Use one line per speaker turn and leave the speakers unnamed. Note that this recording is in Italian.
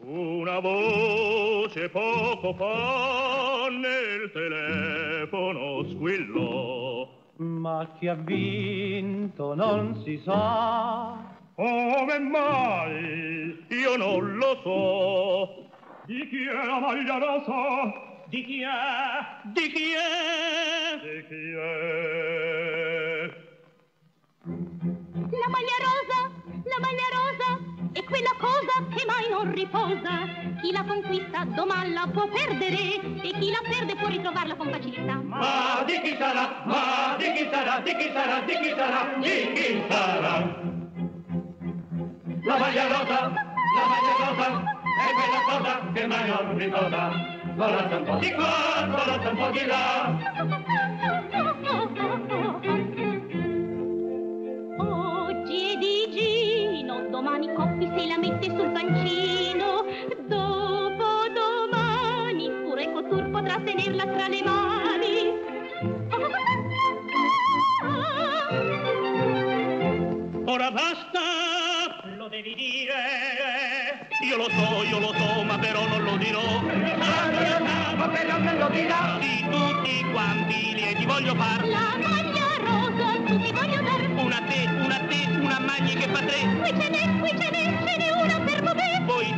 una voce poco fa nel telefono squillò.
Ma chi ha vinto non si sa.
Come mai? Io non lo so. Di chi è la maglia rosa?
Di chi è? Di chi è?
Di chi è?
La maglia rosa, la maglia rosa è quella cosa che mai non riposa. Chi la conquista domani la può perdere e chi la perde può ritrovarla con facilità.
Ma di chi sarà? Ma di chi sarà? Di chi sarà? Di chi sarà? Di chi sarà? La maglia rosa, la maglia rosa è quella cosa che mai non riposa. Volata un po' di qua, volata un po' di là.
Oggi è di Gino, domani Coppi se la mette sul pancino, dopodomani pure Couture potrà tenerla tra le mani.
Ora basta! Lo devi dire! Io lo so, io lo so, ma però non lo dirò.
Ma però me lo dirà.
Di tutti quanti lieti voglio far.
La maglia rosa tutti voglio dar,
Una a te, una a te, una a Magni che fa tre.
qui ce n'è, qui ce n'è, ce n'è una per me.
Voi